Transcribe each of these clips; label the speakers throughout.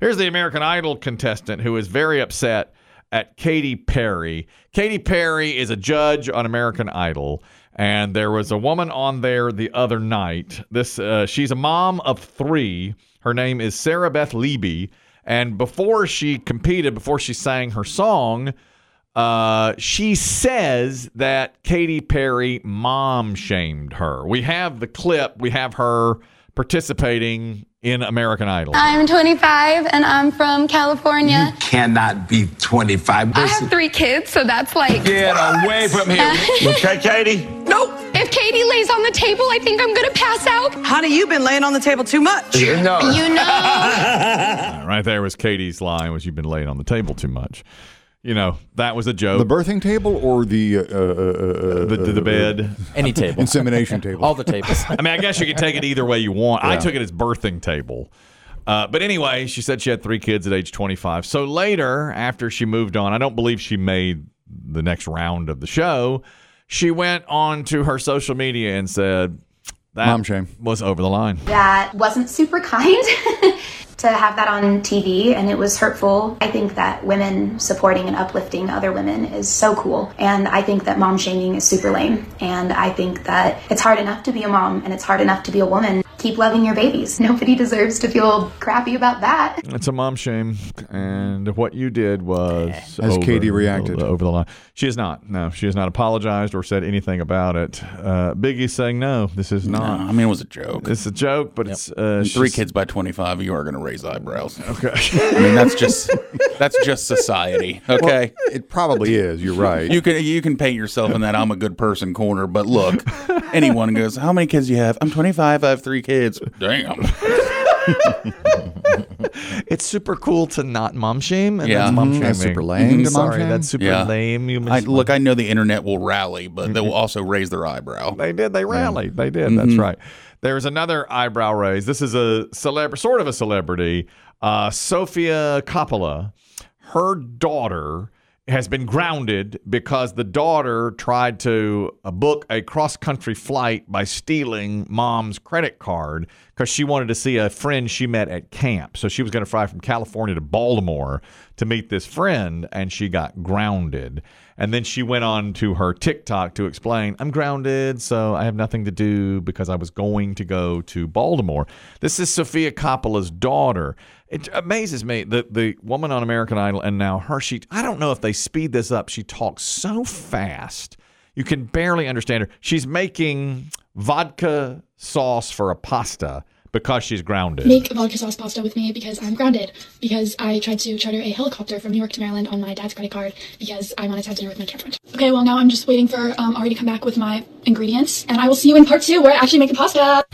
Speaker 1: Here's the American Idol contestant who is very upset at Katy Perry. Katy Perry is a judge on American Idol, and there was a woman on there the other night. This uh, she's a mom of three. Her name is Sarah Beth Leby, and before she competed, before she sang her song. Uh, she says that Katy Perry mom shamed her. We have the clip. We have her participating in American Idol.
Speaker 2: I'm 25 and I'm from California.
Speaker 3: cannot be 25.
Speaker 2: I have three kids, so that's like.
Speaker 3: Get away from here.
Speaker 4: Okay, Katie?
Speaker 5: Nope.
Speaker 2: If Katie lays on the table, I think I'm gonna pass out.
Speaker 5: Honey, you've been laying on the table too much.
Speaker 3: No.
Speaker 2: You know,
Speaker 1: Right there was Katie's line was you've been laying on the table too much. You know, that was a
Speaker 6: The
Speaker 1: joke.
Speaker 6: birthing table or the uh, uh, uh, uh,
Speaker 1: Oh. The, the, the bed.
Speaker 7: Any table.
Speaker 6: insemination table?
Speaker 7: All the tables.
Speaker 4: Uh,
Speaker 1: I mean, I guess you could take it either way you want. I took it as birthing table. Uh, but anyway, she said she had three kids at age 25. So later, after she moved on, I don't believe she made the next round of the show. She went on to her social media and said, that
Speaker 6: Mom shame.
Speaker 1: was over the line.
Speaker 8: that wasn't super kind to have that on TV and it was hurtful. I think that women supporting and uplifting other women is so cool. And I think that mom shaming is super lame. And I think that it's hard enough to be a mom and it's hard enough to be a woman. Keep loving your babies. Nobody deserves to feel crappy about that.
Speaker 1: It's a mom shame, and what you did was
Speaker 6: As Katie reacted.
Speaker 1: over the line. She has not. No, she has not apologized or said anything about it. Uh, Biggie's saying no. This is not.
Speaker 4: I mean, it was a joke.
Speaker 1: It's a joke, but it's uh,
Speaker 4: Three
Speaker 1: she's-
Speaker 4: kids by 25, you are going to raise eyebrows. Okay. I mean, that's just that's just society. Okay.
Speaker 6: It probably is. You're right.
Speaker 4: you can you can paint yourself in that I'm a good person corner, but look, anyone goes, how many kids do you have? I'm 25. I have three kids. Damn.
Speaker 1: It's super cool to not mom shame, and
Speaker 4: Yeah.
Speaker 1: that's
Speaker 4: Mm-hmm.
Speaker 1: mom shaming. Mm-hmm.
Speaker 6: That's super lame to mom
Speaker 1: Sorry,
Speaker 6: shame.
Speaker 1: that's super
Speaker 4: Yeah.
Speaker 1: lame. You
Speaker 4: I,
Speaker 1: miss-
Speaker 4: look, I know the internet will rally, but they will also raise their eyebrow.
Speaker 1: Mm-hmm. They did. They rallied. They did. That's
Speaker 4: Mm-hmm.
Speaker 1: right. There's another eyebrow raise. This is a celeb, sort of a celebrity, uh, Sophia Coppola. Her daughter has been grounded because the daughter tried to uh, book a cross country flight by stealing mom's credit card because she wanted to see a friend she met at camp. So she was going to fly from California to Baltimore to meet this friend, and she got grounded. And then she went on to her TikTok to explain, I'm grounded, so I have nothing to do because I was going to go to Baltimore. This is Sophia Coppola's daughter. It amazes me that the woman on American Idol and now her, she, I don't know if they speed this up. She talks so fast, you can barely understand her. She's making vodka sauce for a pasta because she's grounded.
Speaker 9: Make a vodka sauce pasta with me because I'm grounded. Because I tried to charter a helicopter from New York to Maryland on my dad's credit card because I wanted to have dinner with my girlfriend. Okay, well now I'm just waiting for um, Ari to come back with my ingredients, and I will see you in part two where I actually make the pasta.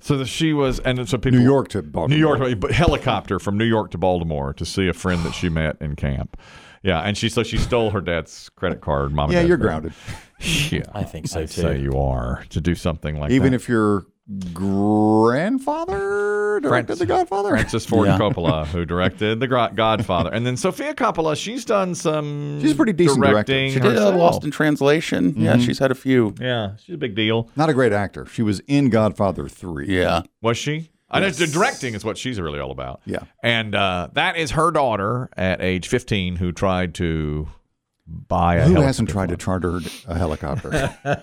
Speaker 1: So that she was, and so people
Speaker 6: New York to Baltimore.
Speaker 1: New York but helicopter from New York to Baltimore to see a friend that she met in camp. Yeah, and she so she stole her dad's credit card. Mom, and
Speaker 6: Yeah,
Speaker 1: dad's
Speaker 6: you're
Speaker 1: credit-
Speaker 6: grounded.
Speaker 1: Yeah,
Speaker 7: I think so
Speaker 1: I'd
Speaker 7: too.
Speaker 1: say you are to do something like
Speaker 6: Even
Speaker 1: that.
Speaker 6: if your grandfather directed
Speaker 1: Francis-
Speaker 6: The Godfather.
Speaker 1: Francis Ford Coppola, who directed The Gro- Godfather, and then Sophia Coppola, she's done some.
Speaker 6: She's a pretty decent director.
Speaker 1: directing.
Speaker 6: She
Speaker 4: She did uh,
Speaker 1: herself.
Speaker 4: Lost in Translation. Yeah, she's had a few.
Speaker 1: Mm-hmm. Yeah, she's a big deal.
Speaker 6: Not a great actor. She was in Godfather 3.
Speaker 4: Yeah.
Speaker 1: Was she? I know the directing is what she's really all about.
Speaker 6: Yeah.
Speaker 1: and uh, that is her daughter at age 15 who tried to buy a
Speaker 6: Who
Speaker 1: helicopter
Speaker 6: hasn't tried to
Speaker 1: flight.
Speaker 6: charter a helicopter?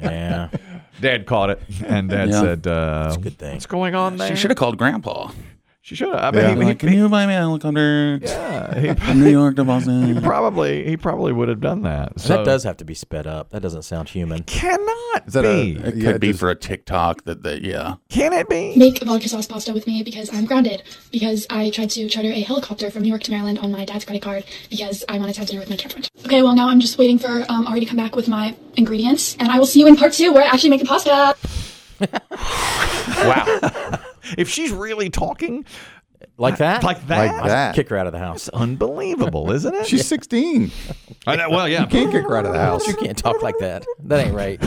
Speaker 7: yeah.
Speaker 1: Dad caught it, and Dad
Speaker 4: Yeah.
Speaker 1: said, uh,
Speaker 7: Good thing.
Speaker 1: "What's going on there?"
Speaker 4: She should have called Grandpa.
Speaker 1: She should have. I mean,
Speaker 6: Yeah.
Speaker 1: he-
Speaker 4: Like, can you buy me a helicopter
Speaker 1: he, he
Speaker 4: from New York to Boston?
Speaker 1: probably he probably would have done that. So
Speaker 7: that does have to be sped up. That doesn't sound human.
Speaker 1: cannot
Speaker 6: Is that
Speaker 1: be.
Speaker 6: a,
Speaker 4: It could
Speaker 6: yeah,
Speaker 4: be
Speaker 6: just-
Speaker 4: for a TikTok that, that yeah.
Speaker 1: Can it be?
Speaker 9: Make a vodka sauce pasta with me because I'm grounded. Because I tried to charter a helicopter from New York to Maryland on my dad's credit card because I wanted to have dinner with my girlfriend. Okay, well now I'm just waiting for um, Ari to come back with my ingredients, and I will see you in part two where I actually make the pasta.
Speaker 1: Wow. if she's really talking
Speaker 7: Like that?
Speaker 1: like that,
Speaker 6: Like that.
Speaker 7: Kick her out of the house.
Speaker 1: it's unbelievable, isn't it?
Speaker 6: She's 16.
Speaker 1: I know, well, yeah.
Speaker 6: Can't kick her out of the house.
Speaker 7: You can't talk like that. That ain't right.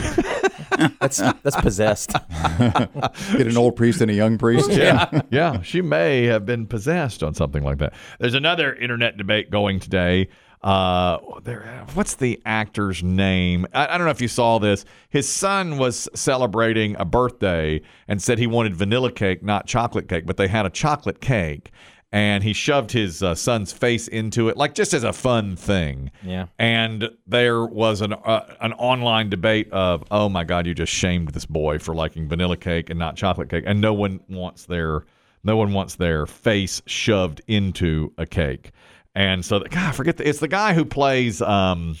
Speaker 7: That's that's possessed.
Speaker 6: Get an old priest and a young priest.
Speaker 1: yeah. yeah. She may have been possessed on something like that. There's another internet debate going today. Uh, there, what's the actor's name? I, I don't know if you saw this. His son was celebrating a birthday and said he wanted vanilla cake, not chocolate cake, but they had a chocolate cake. and he shoved his uh, son's face into it, like just as a fun thing.
Speaker 7: Yeah.
Speaker 1: And there was an uh, an online debate of, oh my God, you just shamed this boy for liking vanilla cake and not chocolate cake, and no one wants their no one wants their face shoved into a cake. And so, the, God, I forget the, it's the guy who plays. Um,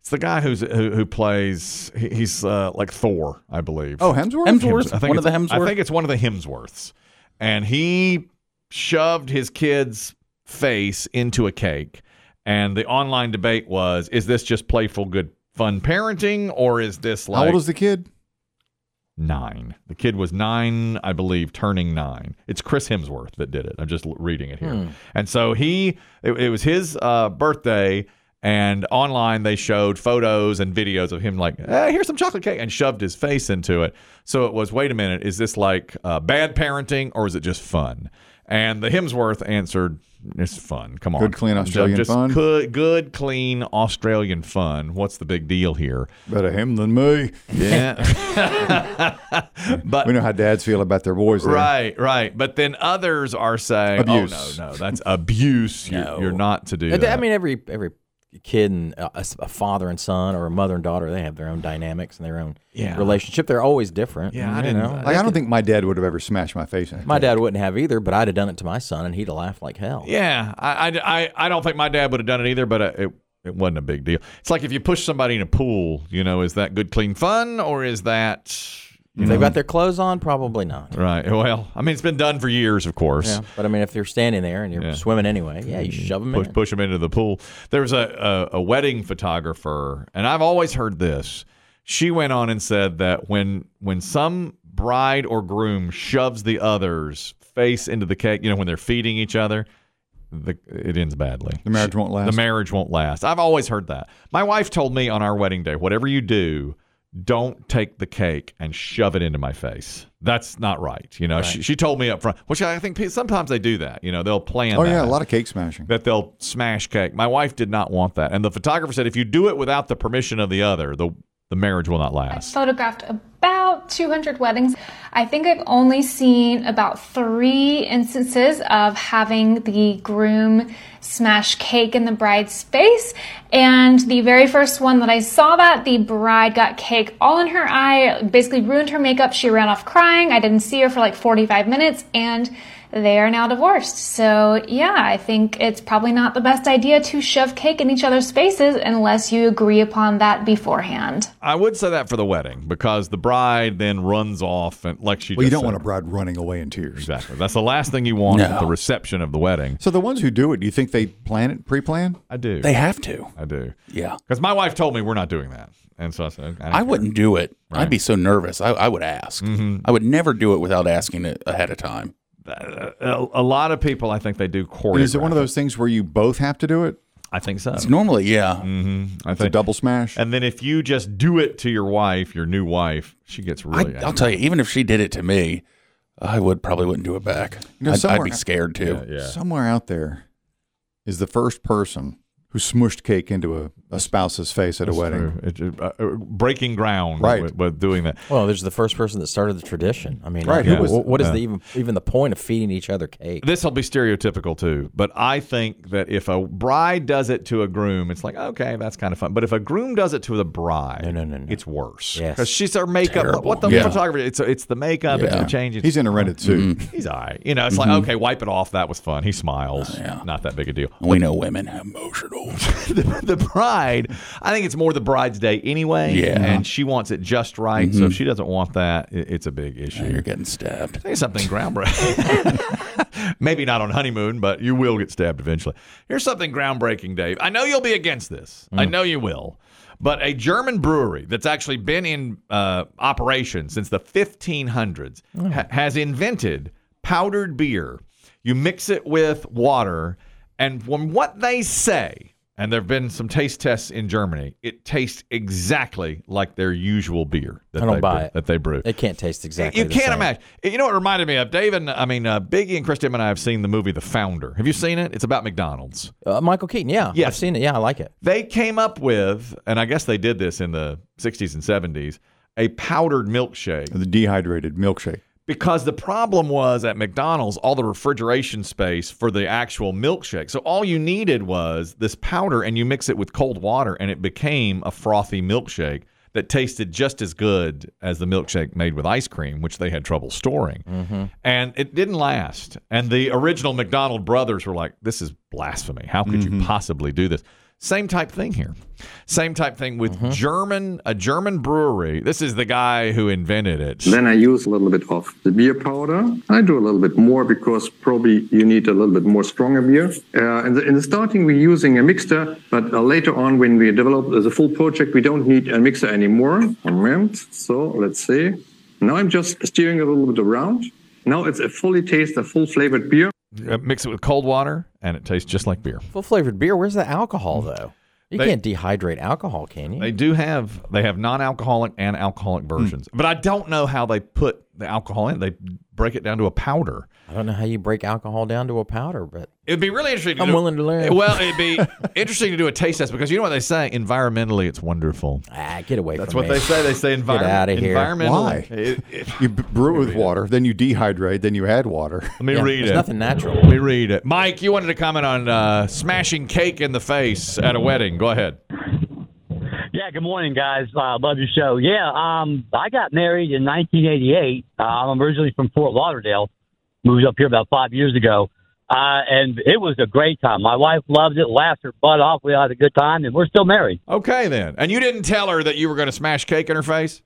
Speaker 1: it's the guy who's who, who plays. he- He's uh, like Thor, I believe.
Speaker 6: Oh, Hemsworth?
Speaker 4: Hemsworth?
Speaker 1: I think
Speaker 4: One of the
Speaker 1: it's- I
Speaker 4: Hemsworth?
Speaker 1: think it's one of the Hemsworths. And he shoved his kid's face into a cake. And the online debate was is this just playful, good, fun parenting, or is this
Speaker 6: How
Speaker 1: like
Speaker 6: old is the kid?
Speaker 1: nine? The kid was nine, I believe, turning nine. It's Chris Hemsworth that did it. I'm just l- reading it here.
Speaker 6: Hmm.
Speaker 1: And so he, it, it was his uh, birthday. And online, they showed photos and videos of him like, hey, here's some chocolate cake, and shoved his face into it. So it was, wait a minute, is this like uh, bad parenting or is it just fun? And the Hemsworth answered, it's fun. Come on.
Speaker 6: Good, clean Australian
Speaker 1: just
Speaker 6: fun.
Speaker 1: Good, good, clean Australian fun. What's the big deal here?
Speaker 6: Better him than me.
Speaker 1: Yeah.
Speaker 6: We know how dads feel about their boys. There.
Speaker 1: Right, right. But then others are saying,
Speaker 6: Abuse.
Speaker 1: "Oh no, no, that's abuse. You're,
Speaker 4: No.
Speaker 1: you're not to do
Speaker 7: I-
Speaker 1: that."
Speaker 7: I mean, every every kid and uh, a, s- a father and son or a mother and daughter, they have their own dynamics and their own
Speaker 1: Yeah.
Speaker 7: relationship. They're always different.
Speaker 1: Yeah,
Speaker 7: you
Speaker 1: I didn't-
Speaker 7: know.
Speaker 6: Like, I don't think my dad would have ever smashed my face in it.
Speaker 7: My dad wouldn't have either, but I'd have done it to my son, and he'd have laughed like hell.
Speaker 1: yeah, I, I, I- I don't think my dad would have done it either, but uh, it, it wasn't a big deal. It's like if you push somebody in a pool, you know, is that good, clean fun, or is that
Speaker 7: If they've got their clothes on, probably not.
Speaker 1: right? Well, I mean, it's been done for years, of course.
Speaker 7: Yeah, but I mean, if they're standing there and you're
Speaker 1: Yeah.
Speaker 7: swimming anyway, yeah, you shove them
Speaker 1: push
Speaker 7: in.
Speaker 1: push them into the pool. There was a, a a wedding photographer, and I've always heard this. She went on and said that when when some bride or groom shoves the other's face into the cake, you know, when they're feeding each other, the, it ends badly.
Speaker 6: The marriage won't last.
Speaker 1: The marriage won't last. I've always heard that. My wife told me on our wedding day, whatever you do, don't take the cake and shove it into my face. That's not right. You know, she, she told me up front, which I think pe- sometimes they do that. You know, they'll plan.
Speaker 6: oh, yeah, a
Speaker 1: that
Speaker 6: lot of cake smashing.
Speaker 1: that they'll smash cake. My wife did not want that. And the photographer said if you do it without the permission of the other, the the marriage will not last.
Speaker 10: photographed about 200 weddings. I think I've only seen about three instances of having the groom smash cake in the bride's face. And the very first one that I saw that, the bride got cake all in her eye, basically ruined her makeup. She ran off crying. I didn't see her for like 45 minutes and they are now divorced. So, yeah, I think it's probably not the best idea to shove cake in each other's faces unless you agree upon that beforehand.
Speaker 1: I would say that for the wedding because the bride then runs off and like she
Speaker 6: Well, you
Speaker 1: just
Speaker 6: don't
Speaker 1: said.
Speaker 6: want a bride running away in tears.
Speaker 1: Exactly. That's the last thing you want at
Speaker 4: No.
Speaker 1: the reception of the wedding.
Speaker 6: So the ones who do it, do you think they plan it, pre-plan?
Speaker 1: I do.
Speaker 4: They have to.
Speaker 1: I do.
Speaker 4: Yeah.
Speaker 1: Cuz my wife told me we're not doing that. And so I said I, don't
Speaker 4: I
Speaker 1: care.
Speaker 4: wouldn't do it. I'd be so nervous. I, I would ask.
Speaker 7: Mm-hmm.
Speaker 4: I would never do it without asking it ahead of time.
Speaker 1: a, a lot of people I think they do choreograph.
Speaker 6: And is it one of those things where you both have to do it?
Speaker 1: I think so.
Speaker 4: Normally, yeah.
Speaker 1: I
Speaker 7: Mm,
Speaker 6: It's a
Speaker 1: think
Speaker 6: double smash.
Speaker 1: and then if you just do it to your wife, your new wife, she gets
Speaker 4: I,
Speaker 1: really
Speaker 4: I'll
Speaker 1: angry.
Speaker 4: tell you, even if she did it to me, I would probably wouldn't do it back.
Speaker 6: know,
Speaker 4: I'd, I'd
Speaker 6: somewhere-
Speaker 4: be scared too.
Speaker 1: yeah.
Speaker 6: Somewhere out there is the first person who smushed cake into a, a spouse's face at a wedding.
Speaker 1: It- it- uh, uh, breaking ground
Speaker 6: Right.
Speaker 1: with, with doing that.
Speaker 7: Well, there's the first person that started the tradition. I mean,
Speaker 6: Right,
Speaker 7: who
Speaker 6: who was-
Speaker 7: what is
Speaker 1: yeah.
Speaker 7: the even even the point of feeding each other cake?
Speaker 1: This will be stereotypical too, but I think that if a bride does it to a groom, it's like okay, that's kind of fun. But if a groom does it to the bride,
Speaker 7: No, no, no, no.
Speaker 1: it's worse.
Speaker 7: Yes.
Speaker 1: because she's her makeup.
Speaker 4: Terrible.
Speaker 1: What the
Speaker 4: Yeah.
Speaker 1: photographer? It's it's the makeup. It's the changes.
Speaker 6: He's in a rented suit.
Speaker 7: Mm-hmm.
Speaker 1: He's all right. You know, it's like okay, wipe it off. That was fun. He smiles. Not that big a deal.
Speaker 4: We know women are emotional.
Speaker 1: the, the bride, I think it's more the bride's day anyway.
Speaker 4: Yeah.
Speaker 1: and she wants it just right. So if she doesn't want that, it, it's a big issue.
Speaker 4: You're getting stabbed.
Speaker 1: Say something groundbreaking. Maybe not on honeymoon, but you will get stabbed eventually. Here's something groundbreaking, Dave. I know you'll be against this.
Speaker 7: Mm.
Speaker 1: I know you will. But a German brewery that's actually been in uh, operation since the 1500s
Speaker 7: Mm.
Speaker 1: ha- has invented powdered beer. You mix it with water, and from what they say, and there have been some taste tests in Germany, it tastes exactly like their usual beer that,
Speaker 7: I don't
Speaker 1: they,
Speaker 7: buy
Speaker 1: brew-
Speaker 7: it.
Speaker 1: that they brew.
Speaker 7: It can't taste exactly.
Speaker 1: You
Speaker 7: the
Speaker 1: can't
Speaker 7: same.
Speaker 1: imagine. You know what it reminded me of? Dave and I mean uh, Biggie and Christy and I have seen the movie The Founder. Have you seen it? It's about McDonald's.
Speaker 7: Uh, Michael Keaton, yeah,
Speaker 1: Yes.
Speaker 7: I've seen it. Yeah, I like it.
Speaker 1: They came up with, and I guess they did this in the 60s and 70s, a powdered milkshake
Speaker 6: The dehydrated milkshake.
Speaker 1: because the problem was at McDonald's, all the refrigeration space for the actual milkshake. So all you needed was this powder and you mix it with cold water and it became a frothy milkshake that tasted just as good as the milkshake made with ice cream, which they had trouble storing. And it didn't last. And the original McDonald brothers were like, this is blasphemy. How could you possibly do this? Same type thing here. Same type thing with German, a German brewery. This is the guy who invented it.
Speaker 11: Then I use a little bit of the beer powder. I do a little bit more because probably you need a little bit more stronger beer. Uh, in, the, in the starting, we're using a mixer, but uh, later on, when we develop the full project, we don't need a mixer anymore. Around. So let's see. Now I'm just steering a little bit around. Now it's a fully taste, a full flavored beer.
Speaker 1: Uh, Mix it with cold water, and it tastes just like beer.
Speaker 9: Full flavored beer. Where's the alcohol though? You
Speaker 1: They-
Speaker 9: can't dehydrate alcohol, can you? Hmm.
Speaker 1: They do have they have non-alcoholic and alcoholic versions, but I don't know how they put the alcohol in. They break it down to a powder.
Speaker 9: I don't know how you break alcohol down to a powder, but
Speaker 1: It'd be really interesting.
Speaker 9: I'm
Speaker 1: do-
Speaker 9: willing to learn.
Speaker 1: Well, it'd be interesting to do a taste test because you know what they say: environmentally, it's wonderful.
Speaker 9: Ah, get away
Speaker 1: That's
Speaker 9: from
Speaker 1: what
Speaker 9: me.
Speaker 1: they say. They say
Speaker 9: Get
Speaker 1: environment.
Speaker 9: outta here.
Speaker 1: Environmentally.
Speaker 4: Why?
Speaker 1: It- it-
Speaker 4: You b- brew it with water, then you dehydrate, then you add water.
Speaker 1: let me
Speaker 9: Yeah,
Speaker 1: read
Speaker 9: there's
Speaker 1: it.
Speaker 9: nothing natural.
Speaker 1: Let me read it. Mike, you wanted to comment on uh, smashing cake in the face at a wedding. Go ahead.
Speaker 6: Yeah, good morning, guys. Uh, love your show. Yeah, um, I got married in 1988. Uh, I'm originally from Fort Lauderdale, moved up here about five years ago, uh, and it was a great time. My wife loved it, laughed her butt off. We had a good time, and we're still married.
Speaker 1: Okay, then. And you didn't tell her that you were going to smash cake in her face.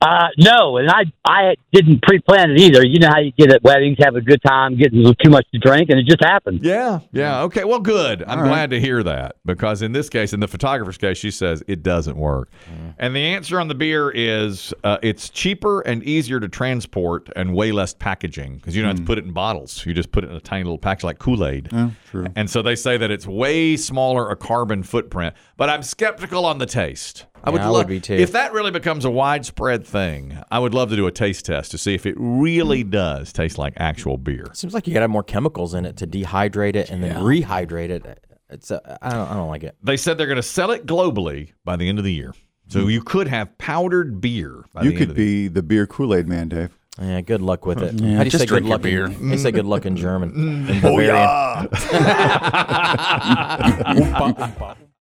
Speaker 6: Uh, no, and I I didn't pre-plan it either. You know how you get at weddings, have a good time, getting too much to drink, and it just happened.
Speaker 1: Yeah, yeah. Okay. Well, good. I'm
Speaker 6: All right.
Speaker 1: glad to hear that because in this case, in the photographer's case, she says it doesn't work. And the answer on the beer is uh, it's cheaper and easier to transport and way less packaging because you don't have to put it in bottles. You just put it in a tiny little package like Kool Aid.
Speaker 4: true.
Speaker 1: And so they say that it's way smaller a carbon footprint, but I'm skeptical on the taste. I would
Speaker 9: Yeah, I
Speaker 1: love
Speaker 9: would be too.
Speaker 1: if that really becomes a widespread thing. I would love to do a taste test to see if it really does taste like actual beer.
Speaker 9: Seems like you got to have more chemicals in it to dehydrate it and then rehydrate it. It's a, I don't I don't like it.
Speaker 1: They said they're going to sell it globally by the end of the year. So you could have powdered beer. By
Speaker 4: Mm-hmm.
Speaker 1: the
Speaker 4: you
Speaker 1: end
Speaker 4: could
Speaker 1: of the
Speaker 4: be the beer Kool Aid man, Dave.
Speaker 9: Yeah, good luck with it.
Speaker 4: Yeah,
Speaker 9: How do you
Speaker 4: just
Speaker 9: say good
Speaker 4: drink your
Speaker 9: luck?
Speaker 4: beer.
Speaker 9: In, they say good luck in German. In
Speaker 4: Oh,
Speaker 9: Bavarian.
Speaker 4: yeah.